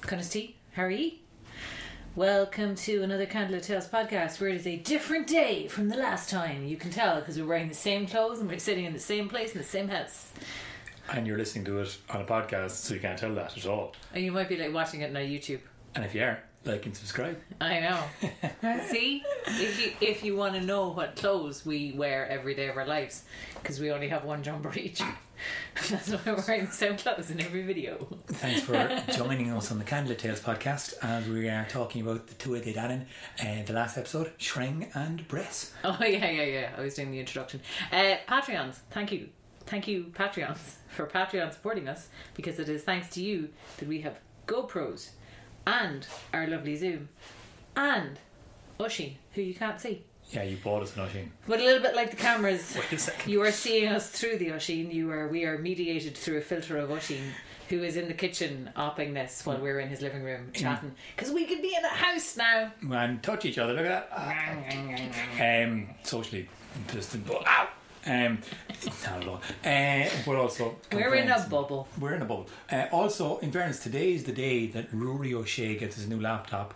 Connesty, how are ye? Welcome to another Candlelit Tales podcast where it is a different day from the last time. You can tell because we're wearing the same clothes and we're sitting in the same place in the same house. and you're listening to it on a podcast, so you can't tell that at all. And you might be like watching it on our YouTube. And if you are, like and subscribe. I know. See, if you if you want to know what clothes we wear every day of our lives, because we only have one jumper each. That's why we're wearing the same clothes in every video. Thanks for joining us on the Candlelit Tales podcast as we are talking about the two they Dannon and the last episode, Shreng and Bress. Oh yeah, yeah, yeah. I was doing the introduction. Uh, Patreons, thank you, thank you, Patreons, for Patreon supporting us because it is thanks to you that we have GoPros and our lovely Zoom and Ushi, who you can't see, Yeah, you bought us an Oisin. but a little bit like the cameras. Wait a second. You are seeing us through the Oshin. You are we are mediated through a filter of Oshin, who is in the kitchen opping this Hmm. while we're in his living room chatting. Because we could be in a house now. And touch each other, look at that. Ah. Um, socially distant, but ow! Um, not at all. Uh, but also, We're in a complaints. bubble. We're in a bubble. Uh, also, in fairness, today is the day that Rory O'Shea gets his new laptop,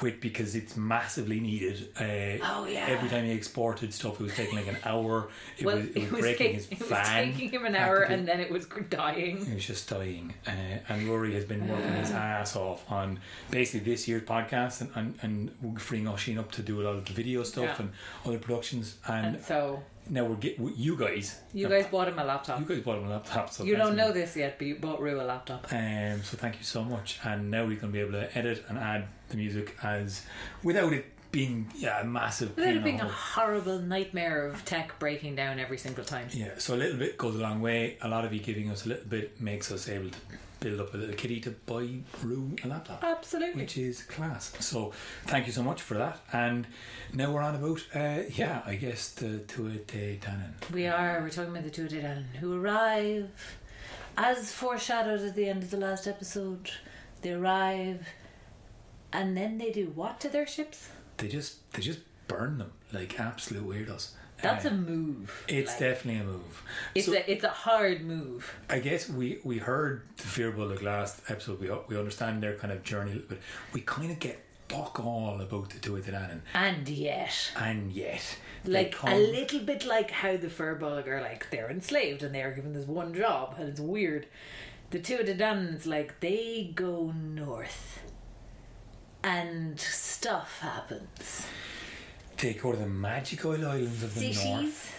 which because it's massively needed. Uh, Oh, yeah. Every time he exported stuff, it was taking like an hour. It Well, was it was breaking ta- his it was fan. taking him an hour, practically. and then it was dying. He was just dying, uh, and Rory has been working his Ah. ass off on basically this year's podcast and, and, and freeing Oshin up to do a lot of the video stuff Yeah. and other productions. And, And so now we're get you guys. you guys bought him a laptop. you You, guys bought him a laptop. So don't thanks, know this yet, but you bought Rue a laptop. Um, so thank you so much, and now we're going to be able to edit and add the music as without it being yeah, a massive. Without pain it being in a the hole. horrible nightmare of tech breaking down every single time. yeah, so a little bit goes a long way. A lot of you giving us a little bit makes us able to build up a little kitty to buy Rue a laptop, Absolutely. which is class. So thank you so much for that, and now we're on about uh, yeah, I guess the Tua Te Tannen. We are. We're talking about the two Dedan who arrive, as foreshadowed at the end of the last episode. They arrive, and then they do what to their ships? They just they just burn them like absolute weirdos. That's Uh, a move. it's Like, definitely a move. it's So- a it's a hard move. I guess we we heard the Fear Bullock last episode. We we understand their kind of journey a little bit. We kind of get fuck all about the two of them, And yet, and yet they like come- a little bit like how the Furbolg are like they're enslaved and they are given this one job, and it's weird. The two Dedans like they go north, and stuff happens. they go to the magical islands of the Cities. north.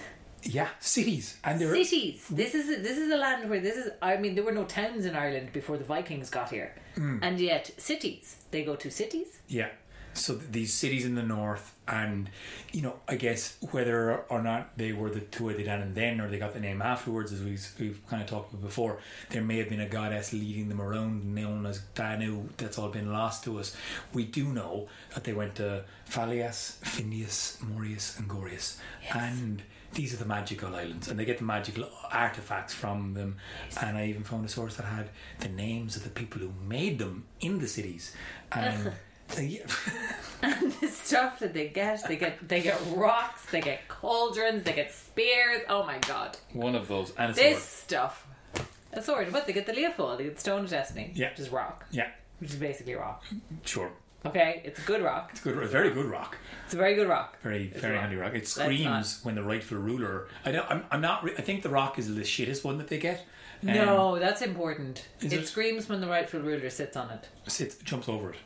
Yeah, cities, and they're cities. This is this is a land where this is. I mean, there were no towns in Ireland before the Vikings got here, Hmm. and yet cities. They go to cities. yeah. So th- these cities in the north, and you know, I guess whether or not they were the two of them then, or they got the name afterwards, as we've, we've kind of talked about before, there may have been a goddess leading them around, known as Danu. That's all been lost to us. We do know that they went to Phalias, Phineas, Morius, and Gorius, and these are the magical islands, and they get the magical artifacts from them. And I even found a source that had the names of the people who made them in the cities, and. yeah. The stuff that they get, they get, they get rocks, they get cauldrons, they get spears. Oh my god, One of those. And a this sword. stuff. Uh, A sword. What they get the Leofold, they get the Stone of Destiny. Yeah. which is rock, Yeah, which is basically rock. sure. Okay, it's a good rock. It's good. A very good rock. It's a very good rock. Very, very rock. handy rock. It not- screams when the rightful ruler. I don't. I'm, I'm not. Re- I think the rock is the shittest one that they get. Um, No, that's important. It, Is it- screams when the rightful ruler sits on it. sits, jumps over it.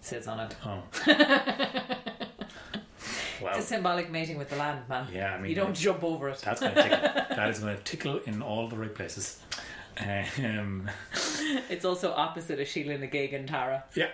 Sits on it. Oh. wow. It's a symbolic mating with the land, man. Oh. Yeah, I mean, you don't it's- jump over it. That's gonna tickle. that is gonna tickle in all the right places. Um, It's also opposite of Sheila Nagig and Tara. yeah.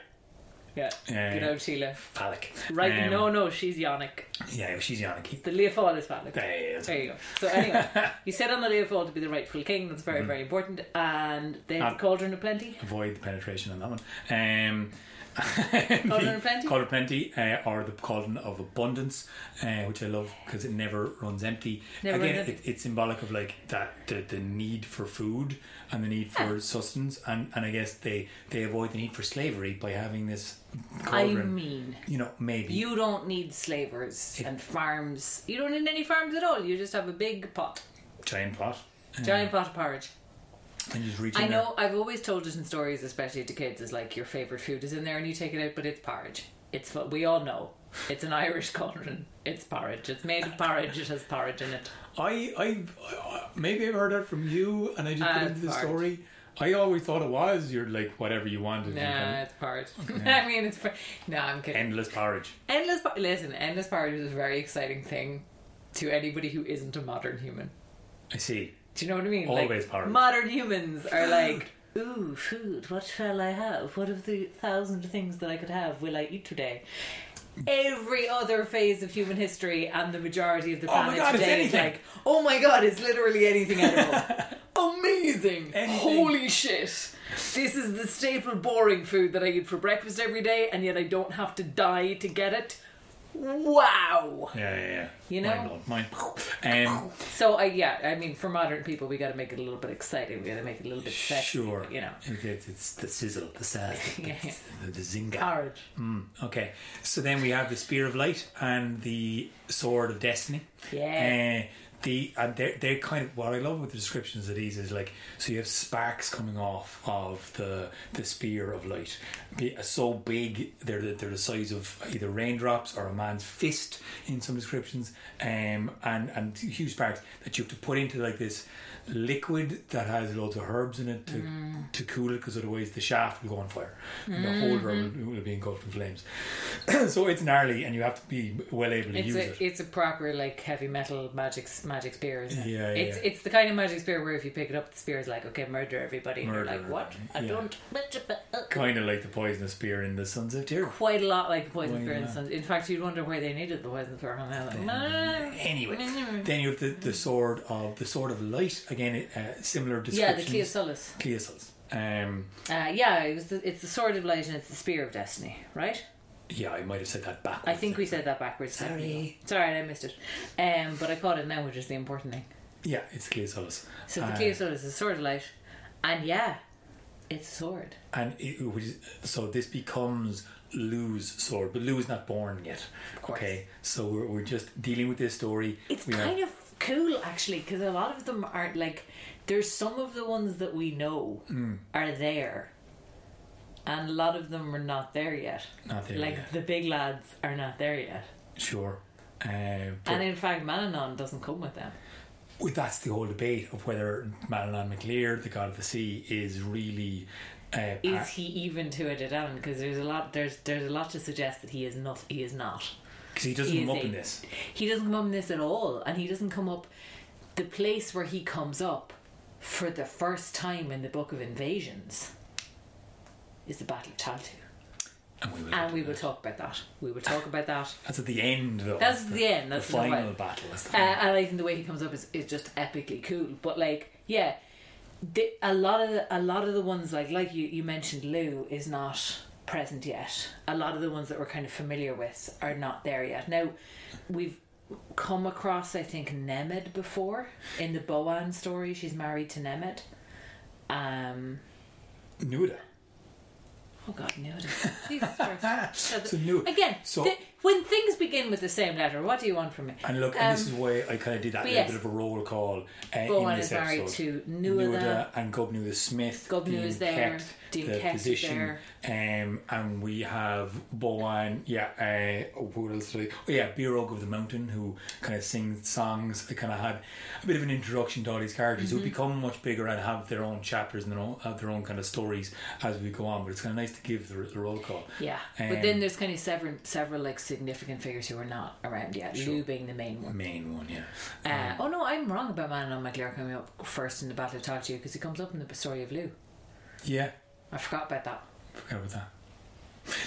Yeah. Yeah, Good yeah. old Sheila. Phallic. Right, Um, no, no, she's Yannick. Yeah, she's Yannick. He- The Leofold is phallic. Hey, it's- There you go. So anyway, you sit on the Leofold to be the rightful king. That's Mm-hmm. very, very important. And then Um, the Cauldron of Plenty. avoid the penetration on that one. Um, Cauldron of Plenty? Cauldron of Plenty, uh, or the Cauldron of Abundance, uh, which I love because it never runs empty. Never Again, runs It, it's symbolic of like that the, the need for food and the need for sustenance, and, and I guess they, they avoid the need for slavery by having this I cauldron. mean, you know, maybe you don't need slavers and farms. You don't need any farms at all. You just have a big pot, giant pot. giant pot of porridge. And just reach I in there. know I've always told it in stories, especially to kids, is like your favourite food is in there and you take it out, but it's porridge. It's what we all know. It's an Irish cauldron. It's porridge. It's made of porridge. It has porridge in it. I, I, I maybe I've heard that from you, and I just put Uh, it into the fart. story. I always thought it was you're like whatever you wanted. Nah, you can- it's porridge. Okay. I mean, it's. por- No, I'm kidding. Endless porridge. Endless. Por- Listen, endless porridge is a very exciting thing to anybody who isn't a modern human. I see. Do you know what I mean? Always like, porridge. Modern humans are like, ooh, food. What shall I have? What of the thousand things that I could have will I eat today? Every other phase of human history and the majority of the Oh my planet God, it's today is anything. like, oh my god, it's literally anything edible. Amazing! Anything. Holy shit! This is the staple boring food that I eat for breakfast every day, and yet I don't have to die to get it. Wow! Yeah, yeah, yeah. You Mind know? blown. Mind. Um, So I yeah, I mean, for modern people, we got to make it a little bit exciting. We got to make it a little bit sexy. sure. you know, Okay, it's, it's the sizzle, the sazz, the, Yeah, yeah. the, the zinga. porridge. Mm, okay, so then we have the spear of light and the sword of destiny. Yeah. Uh, the and they're, they're kind of what I love with the descriptions of these is like so you have sparks coming off of the the spear of light, Be- uh, so big they're the, they're the size of either raindrops or a man's fist in some descriptions, um and and huge sparks that you have to put into like this liquid that has loads of herbs in it to Mm. to cool it because otherwise the shaft will go on fire and the Mm-hmm. holder will, will be engulfed in flames. so it's gnarly and you have to be well able to It's use a it. it's a proper like heavy metal magic magic spear, isn't it? Yeah, yeah, It's yeah. it's the kind of magic spear where if you pick it up, the spear is like okay, murder everybody. and Murder you're like what? I everybody, yeah. don't. kind of like the poisonous spear in the Sons of Tyr. Quite a lot like Why poison spear. not? and In fact, you'd wonder why they needed the poison spear. And they're like, "Nah." Anyway, then you have the, Mm. the sword of the sword of light again. Uh, similar yeah, the descriptions. Cleosulus. Cleosuls. Um, Uh, yeah, it was the, it's the sword of light and it's the spear of destiny, right? yeah, I might have said that backwards. I think we said that backwards. Sorry. It's alright, I missed it. Um, but I caught it now, which is the important thing. Yeah, it's Cleosuls. So the Uh, Cleosulus is a sword of light, and yeah, it's a sword. and it, which is- so this becomes Lou's sword, but Lou is not born yet. Of course. Okay, so we're, we're just dealing with this story. It's We have- kind of cool actually, because a lot of them aren't like. There's some of the ones that we know Hmm. are there, and a lot of them are not there yet. Not there like yet. the big lads are not there yet, sure. Uh, but and in fact, Mananon doesn't come with them. Well, that's the whole debate of whether Madeline McLear, the god of the sea, is really. Uh, Is par- he even to it at Because there's a lot. There's there's a lot to suggest that he is not. He is not. Because he doesn't He come is up in a- this. He doesn't come up in this at all, and he doesn't come up. The place where he comes up for the first time in the Book of Invasions is the Battle of Taltu, And we will. and we will talk about that. We will talk about that. That's at the end, though. That's the end. That's the the final way. battle. Is Uh, the and I think the way he comes up is, is just epically cool. But like, yeah, the, a lot of the, a lot of the ones like like you you mentioned Lou is not present yet. A lot of the ones that we're kind of familiar with are not there yet. Now, we've come across I think Nemed before in the Boan story. She's married to Nemed. Um. Nuda. Oh God, no! Jesus Christ. So Nuda. Again, So- th- when things begin with the same letter, what do you want from me? Um, And look, and this is why I kind of did that but little yes. bit of a roll call uh, in Boan this is married to episode. Nuala. and Gobnu the Smith. Gobnu Dean is there, Kecht, Dean the Kecht is physician, there. Um, and we have Boan. Yeah. Uh, what else? Did I, oh yeah, Birog of the Mountain, who kind of sings songs. They kind of had a bit of an introduction to all these characters Mm-hmm. who become much bigger and have their own chapters and their own, have their own kind of stories as we go on. But it's kind of nice to give the, the roll call. Yeah, Um, but then there's kind of several several like significant figures who are not around yet. Lou being the main one. Main one, yeah. Uh, oh no, I'm wrong about Manon McLear coming up first in the Battle of Tartu because he comes up in the story of Lou. Yeah. I forgot about that. Forgot about that.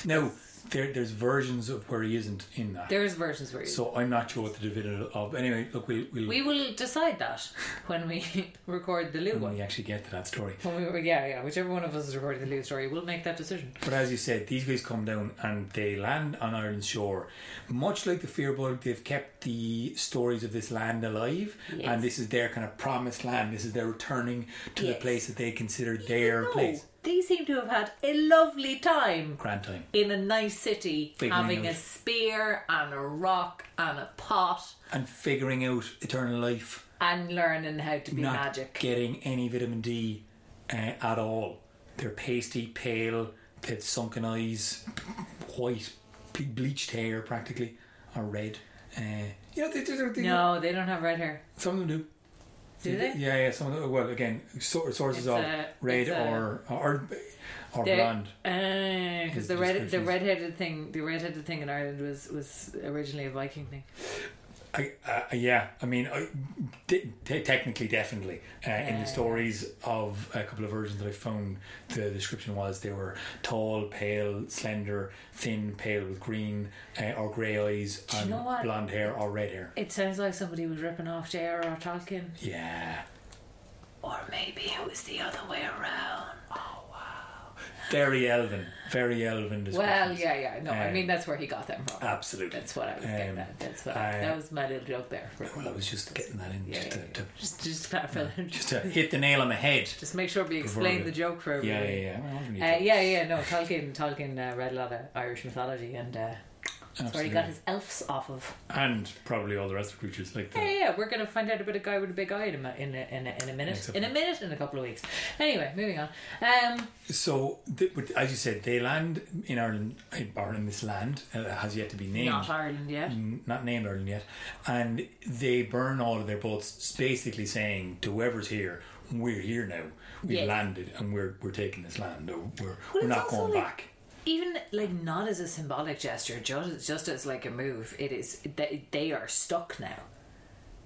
Now there, there's versions of where he isn't in that. There's versions where you so I'm not sure what the dividend of. Anyway, look, we'll, we'll we will decide that when we record the Lou when one. we actually get to that story. When we, yeah, yeah, whichever one of us is recording the Lou story, we'll make that decision. But as you said, these guys come down and they land on Ireland's shore. Much like the Fearbug, they've kept the stories of this land alive, Yes. and this is their kind of promised land. This is their returning to the Yes. place that they consider their No, place. They seem to have had a lovely time Grand time. in a nice city, Big having a windows. spear and a rock and a pot. And figuring out eternal life, and learning how to be not magic. getting any vitamin D, uh, at all. They're pasty, pale, they've sunken eyes, white, pe- bleached hair practically, or red. Uh, you know, they, they, they, No, they don't have red hair. some of them do. Do they? Yeah, yeah. Some of them. Well, again, sor- sources It's of a- red it's a- or or or They're- blonde. Because His Eh, the red, the descriptions. redheaded thing, the redheaded thing in Ireland was was originally a Viking thing. I, uh, yeah, I mean, I, te- te- technically, definitely. Uh, in Yeah. the stories of a couple of versions that I found, the description was they were tall, pale, slender, thin, pale with green uh, or grey eyes, you and know what? blonde hair or red hair. It sounds like somebody was ripping off J.R.R. Tolkien, Yeah, or maybe it was the other way around. very elven, very elven Well, descriptions. yeah, yeah, no, I Um, mean that's where he got them from. absolutely. That's what I was getting um, at. That's what I- I, that was my little joke there. For, Well, I was just getting that in Yeah, just, yeah, to, to, just just clarify, just to hit the nail on the head. just make sure we explain Proverbial. the joke for Yeah, everybody. yeah, yeah. Well, I don't need Uh, to- yeah, yeah, no, Tolkien, Tolkien uh, read a lot of Irish mythology, and uh, that's where he got absolutely. his elves off of. And probably all the rest of the creatures, like the, Yeah, yeah, we're gonna find out about a guy with a big eye in a in a, in a, in a minute, Except- in a minute, in a couple of weeks. Anyway, moving on. Um, So, th- but as you said, they land in Ireland, or in this land uh, has yet to be named, not Ireland yet. N- not named Ireland yet, and they burn all of their boats, s- basically saying to whoever's here, we're here now, we've Yes. landed, and we're we're taking this land, or we're it's we're not also going like- back. Even like not as a symbolic gesture, just just as like a move. It is they, they are stuck now.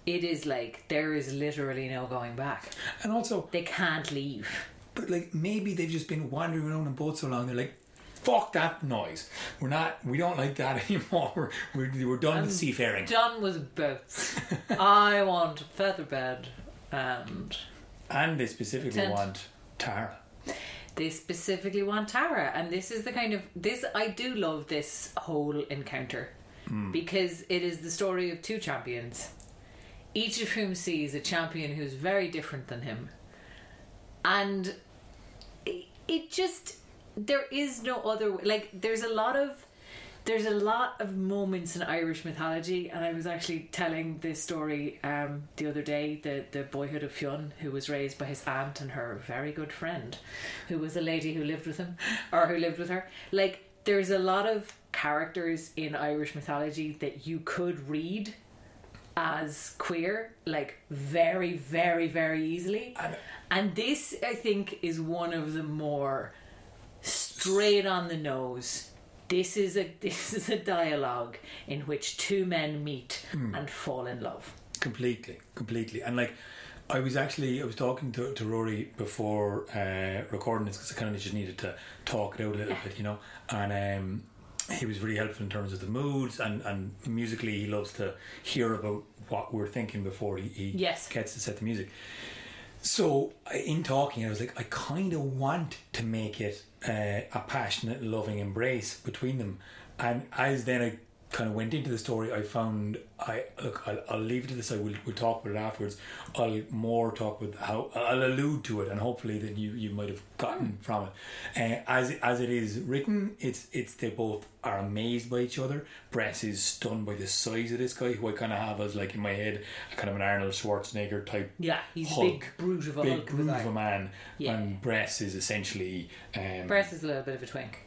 It is like there is literally no going back. And also, They can't leave. but like maybe they've just been wandering around in boats so long, they're like. Fuck that noise! We're not. We don't like that anymore. We're we're, we're done with seafaring. John was boats. I want a feather bed, and and they specifically Tent. want Tara. they specifically want Tara, and this is the kind of this I do love this whole encounter because it is the story of two champions, each of whom sees a champion who's very different than him, and it, it just there is no other way. like there's a lot of there's a lot of moments in Irish mythology, and I was actually telling this story um, the other day. The the boyhood of Fionn, who was raised by his aunt and her very good friend, who was a lady who lived with him, or who lived with her. Like there's a lot of characters in Irish mythology that you could read as queer, like very, very, very easily. And this, I think, is one of the more straight on the nose. This is a this is a dialogue in which two men meet Hmm. and fall in love. completely completely and like i was actually i was talking to, to rory before uh recording this because i kind of just needed to talk it out a little bit you know and um he was really helpful in terms of the moods and and musically he loves to hear about what we're thinking before he, he Yes. gets to set the music so I- in talking, I was like, I kind of want to make it uh, a passionate, loving embrace between them. And as then I kind of went into the story, I found I look, I'll, I'll leave it to this. I will we'll talk about it afterwards. I'll more talk with how I'll allude to it, and hopefully that you, you might have gotten from it. Uh, as as it is written, it's it's they both are amazed by each other. Bress is stunned by the size of this guy, who I kind of have as like in my head, kind of an Arnold Schwarzenegger type Yeah, he's a big Hulk. brute of a big Hulk groove guy. of a man, Yeah. and Bress is essentially, um, Bress is a little bit of a twink.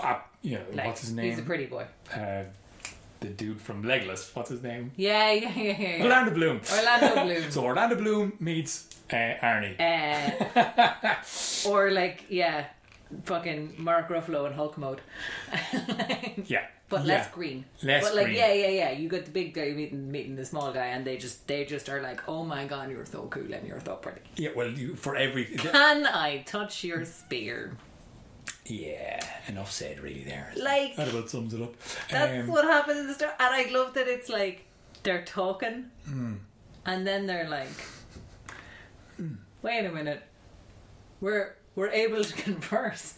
uh, you know, Like, what's his name? He's a pretty boy. uh, the dude from Legless. What's his name? Yeah, yeah, yeah, yeah. yeah. Orlando Bloom. Orlando Bloom. so Orlando Bloom meets uh, Arnie. Uh, or like, yeah, fucking Mark Ruffalo in Hulk mode. yeah, Um, but yeah. less green. Less but like green. yeah, yeah, yeah. You got the big guy meeting meeting the small guy, and they just they just are like, oh my god, you're so cool and you're so pretty. Yeah, well, you, for every Can I touch your spear? yeah, enough said really there. Like- that about sums it up. That's Um, what happens in the story, and I love that it's like they're talking, Hmm. and then they're like, wait a minute, we're we're able to converse.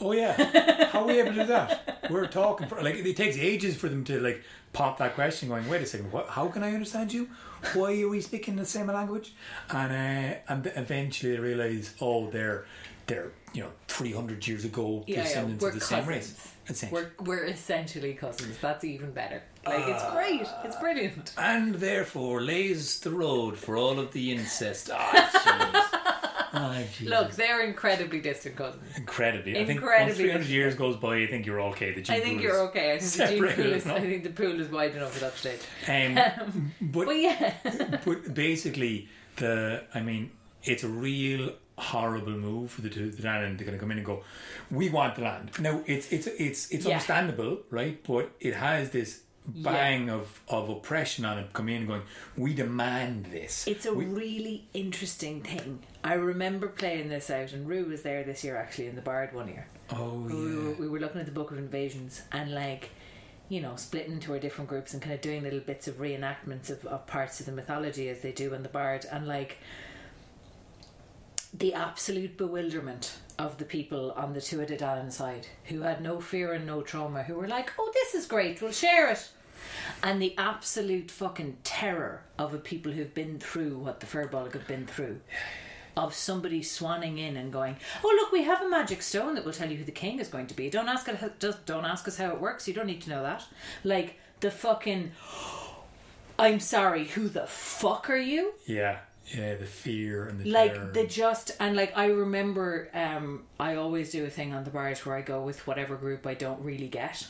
Oh yeah, how are we able to do that? We're talking for like it takes ages for them to like pop that question. Going, wait a second, what? How can I understand you? Why are we speaking the same language? And uh, and th- eventually they realize, oh, they're they're you know three hundred years ago Yeah, yeah, descendants we're of the same race. cousins. essentially. We're we're essentially cousins. That's even better. Like it's Ah. great. It's brilliant. And therefore lays the road for all of the incest. Ah, jeez. Ah, Jesus. Look, they're incredibly distant cousins. incredibly. I think once Incredibly. 300 years goes by, I think you're okay. The gene I think pool you're is- okay. I think, the gene Separated pool is, enough. I think the pool is wide enough at that stage. Um, but But yeah, but basically, the I mean, it's a real horrible move for the two the land. They're going to come in and go, "We want the land." Now it's it's it's it's Yeah. understandable, right? But it has this bang of of oppression on it coming in, and going, "We demand this." it's a We- really interesting thing. I remember playing this out, and Rue was there this year actually in the Bard one year. oh we, were, yeah. we were looking at the Book of Invasions and like you know splitting into our different groups and kind of doing little bits of reenactments of, of parts of the mythology as they do in the Bard and like the absolute bewilderment of the people on the Tuatha De Danann side who had no fear and no trauma who were like oh this is great we'll share it and the absolute fucking terror of the people who've been through what the Firbolg have been through of somebody swanning in and going, "Oh look, we have a magic stone that will tell you who the king is going to be. Don't ask it. Just don't ask us how it works. You don't need to know that." Like the fucking. I'm sorry. Who the fuck are you? Yeah, yeah, the fear and the terror. like the just and like i remember um i always do a thing on the bars where i go with whatever group i don't really get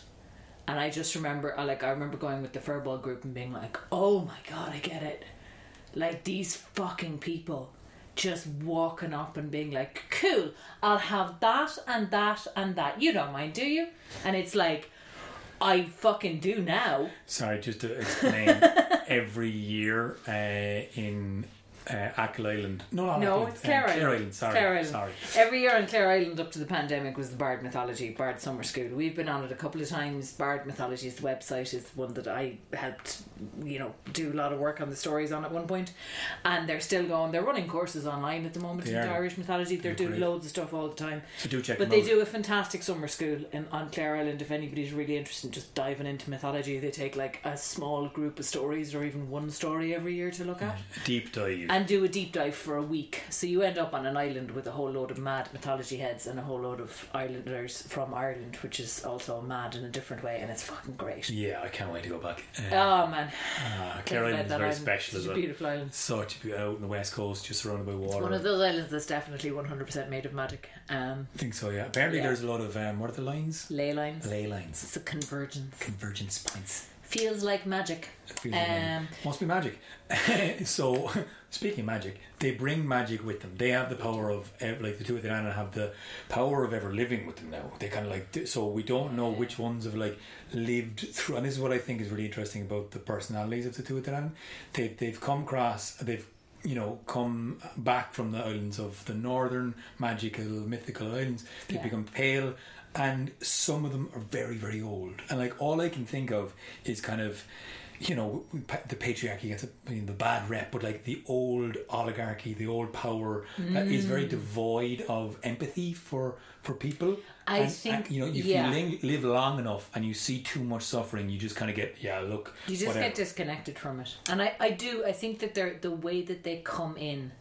and i just remember i like i remember going with the furball group and being like oh my god i get it like these fucking people just walking up and being like cool i'll have that and that and that you don't mind do you and it's like i fucking do now Sorry, just to explain. every year uh, in uh, Achill Island, no, not Achill No, Island, it's um, Clare Island. Island. It's Sorry, Clare Island. sorry. Every year on Clare Island up to the pandemic was the Bard Mythology, Bard Summer School. We've been on it a couple of times. Bard Mythology is the website, is one that I helped, you know, do a lot of work on the stories on at one point. And they're still going. They're running courses online at the moment They in are. Irish mythology. They're doing great. loads of stuff all the time. So do check. But them they out. do a fantastic summer school in, on Clare Island. If anybody's really interested in just diving into mythology, they take like a small group of stories or even one story every year to look at deep dive. and do a deep dive for a week. So you end up on an island with a whole load of mad mythology heads and a whole load of Islanders from Ireland, which is also mad in a different way, and it's fucking great. Yeah, I can't wait to go back. Uh, Oh man, ah, Think Clare about Island is that very island. It's special as a well. beautiful island. Such a beautiful out on the west coast, just surrounded by water. It's one of those islands that's definitely one hundred percent made of magic. Um, I think so. Yeah. Apparently, Yeah. there's a lot of um, what are the lines? ley lines. Ley lines, It's a convergence. convergence points. Feels like magic. It feels like Um, Must be magic. so, speaking of magic, they bring magic with them. They have the power of, eh, like the two of the Anna have the power of ever living with them now. They kind of like, so we don't know which ones have like lived through. And this is what I think is really interesting about the personalities of the two of the Anna. They, they've come across, they've, you know, come back from the islands of the northern magical, mythical islands. They've Yeah. become pale. And some of them are very, very old. And like all I can think of is kind of you know we- pa- the patriarchy gets I mean, the bad rep but like the old oligarchy the old power that is very Mm. devoid of empathy for for people I And- think- and, you know if yeah. you ling- live long enough and you see too much suffering you just kind of get yeah look You just whatever. get disconnected from it. And I, I do, I think that they're the way that they come in.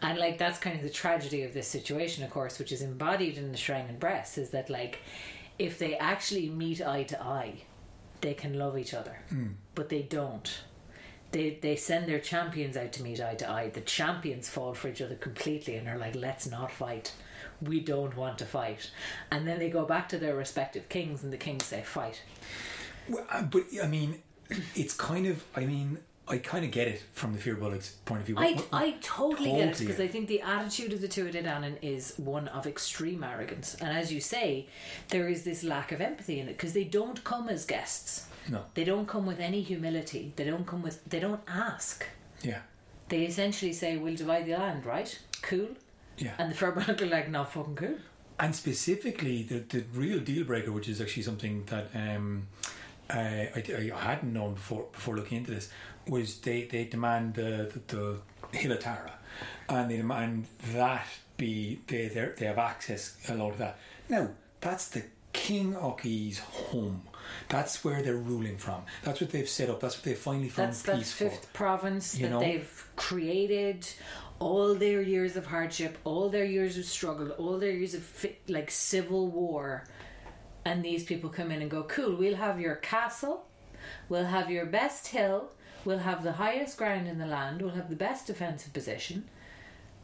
And like that's kind of the tragedy of this situation, of course, which is embodied in the Shrine and Breast, is that like if they actually meet eye to eye, they can love each other. But they don't. They they send their champions out to meet eye to eye. The champions fall for each other completely and are like, let's not fight. We don't want to fight. And then they go back to their respective kings and the kings say, Fight. Well, uh, but I mean it's kind of I mean I kind of get it from the fear bullets point of view I, What- what- I totally get it Totally. because I think the attitude of the two of Danann is one of extreme arrogance, and as you say, there is this lack of empathy in it because they don't come as guests. no They don't come with any humility. They don't come with. They don't ask. yeah They essentially say, "We'll divide the land, right? Cool." yeah And the Furbolg are like, "Not fucking cool." and specifically the, the real deal breaker which is actually something that um, I, I, I hadn't known before before looking into this was they, they demand the, the, the Hill of Tara and they demand that be they they're- they have access a lot of that now that's the King Oki's home that's where they're ruling from that's what they've set up that's what they finally found That's peace that's for fifth province you that know? they've created. All their years of hardship, all their years of struggle, all their years of fi- like civil war, and these people come in and go, "Cool, we'll have your castle, we'll have your best hill, we'll have the highest ground in the land, we'll have the best defensive position."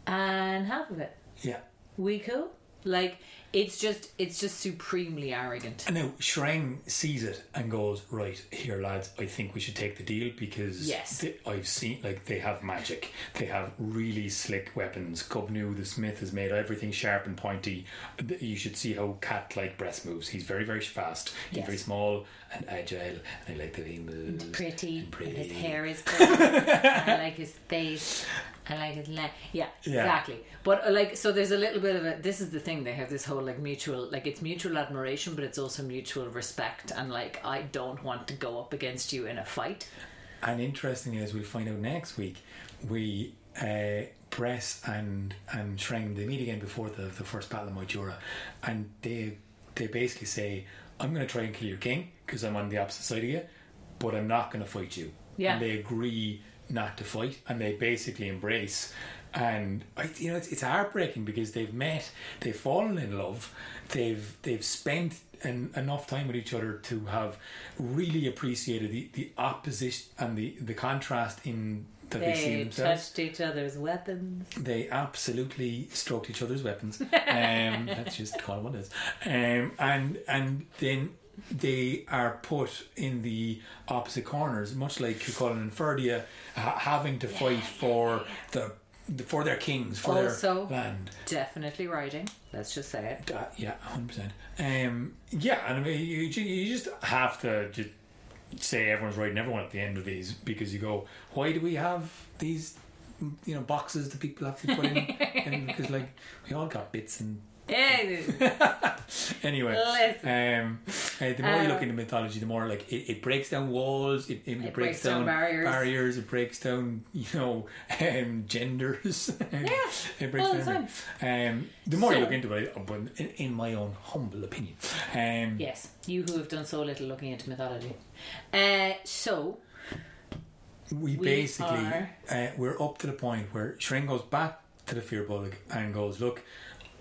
and half of it. Yeah. We cool? Like it's just it's just supremely arrogant. And now Shrang sees it and goes, Right, here lads, I think we should take the deal because Yes. th- I've seen like they have magic. They have really slick weapons. Cubnew the Smith has made everything sharp and pointy. Th- You should see how cat like breast moves. He's very, very fast. He's Yes. very small and agile and I like the way he moves. Pretty. And pretty. And his hair is pretty. I like his face. I like his leg. Yeah, Yeah. exactly. But uh, like, so there's a little bit of a. This is the thing. They have this whole like mutual, like it's mutual admiration, but it's also mutual respect. And like, I don't want to go up against you in a fight. And interestingly, as we'll find out next week, we uh, Bress and and Shrem they meet again before the, the first battle of Mojura, and they they basically say, "I'm going to try and kill your king because I'm on the opposite side of you, but I'm not going to fight you." Yeah. And they agree not to fight, and they basically embrace. And I, you know, it's, it's heartbreaking because they've met, they've fallen in love, they've they've spent en- enough time with each other to have really appreciated the, the opposition and the, the contrast in that they, see They themselves. touched each other's weapons. They absolutely stroked each other's weapons. um, that's just call it what it is. Um, and and then they are put in the opposite corners, much like Cuchulainn and Ferdia, ha- having to fight for the, the for their kings, for Also- their land. Definitely riding. Let's just say it. Uh, yeah, hundred percent. Um, yeah, and I mean, you, ju- you just have to just say everyone's right and everyone at the end of these because you go, why do we have these, mm, you know, boxes that people have to put in? and because like we all got bits and Eh, anyway. Um, uh, the more you look into mythology, the more like it, it breaks down walls, it, it, breaks, breaks down, down barriers. it breaks down you know um, genders. yeah, it breaks all down. the time. everything. Um, the more you So- look into it, uh, but in, in my own humble opinion, um, Yes, you who have done so little looking into mythology. Uh, so We we, basically are- uh, we're up to the point where Shren goes back to the fear bullock and goes, look,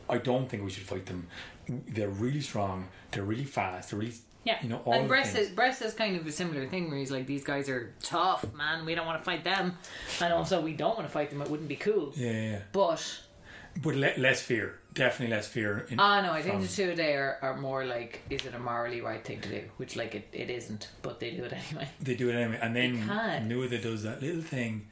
I don't think we should fight them. They're really strong. They're really fast. They're really Yeah. you know all and the Bress things." is, Bress is kind of a similar thing where he's like, these guys are tough, man. We don't want to fight them. And also, we don't want to fight them. It wouldn't be cool. yeah, yeah, yeah. But, But le- less fear, definitely less fear. In, ah, no, I think from- the two of they are, are more like, is it a morally right thing to do? Which, like, it, it isn't, but they do it anyway. they do it anyway, and then Because- Nuada does that little thing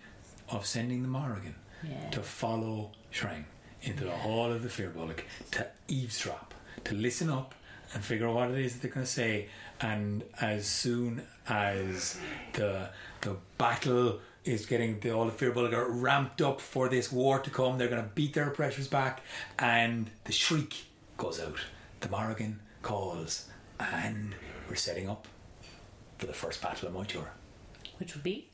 of sending the Morrigan Yeah. to follow Shrang into the hall of the Fear Bullock to eavesdrop, to listen up and figure out what it is that they're going to say. And as soon as the the battle is getting the all the Fear Bullock are ramped up for this war to come, they're going to beat their oppressors back, and the shriek goes out. The Morrigan calls, and we're setting up for the first battle of Moitura. Which would be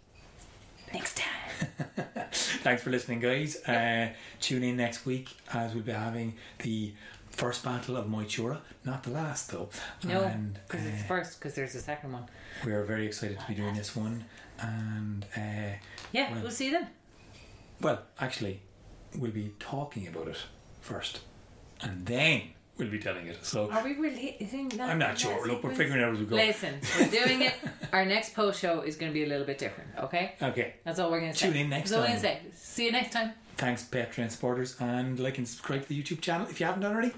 next time. Thanks for listening, guys. Uh, tune in next week as we'll be having the first battle of Moitura, not the last though. No, and uh, because it's first, because there's a second one. we are very excited to be doing this one. And uh, Yeah, well- we'll see then. well, actually, we'll be talking about it first, and then we'll be telling it. So Are we releasing that? I'm not sure. Look, we're figuring it out as we go. Listen, we're doing it. Our next post show is going to be a little bit different, okay? Okay. That's all we're going to say. Tune in next That's all we're time. going to say. See you next time. Thanks, Patreon supporters, and like and subscribe to the YouTube channel if you haven't already.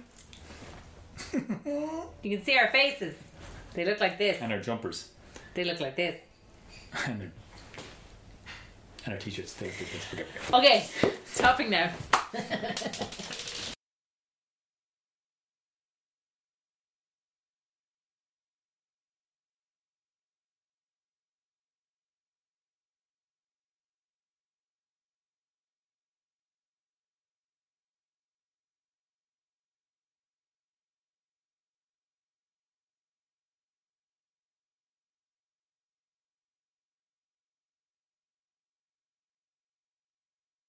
You can see our faces. They look like this. And our jumpers, They look like this. and our, and our t-shirts. They- they- they- Okay, stopping now.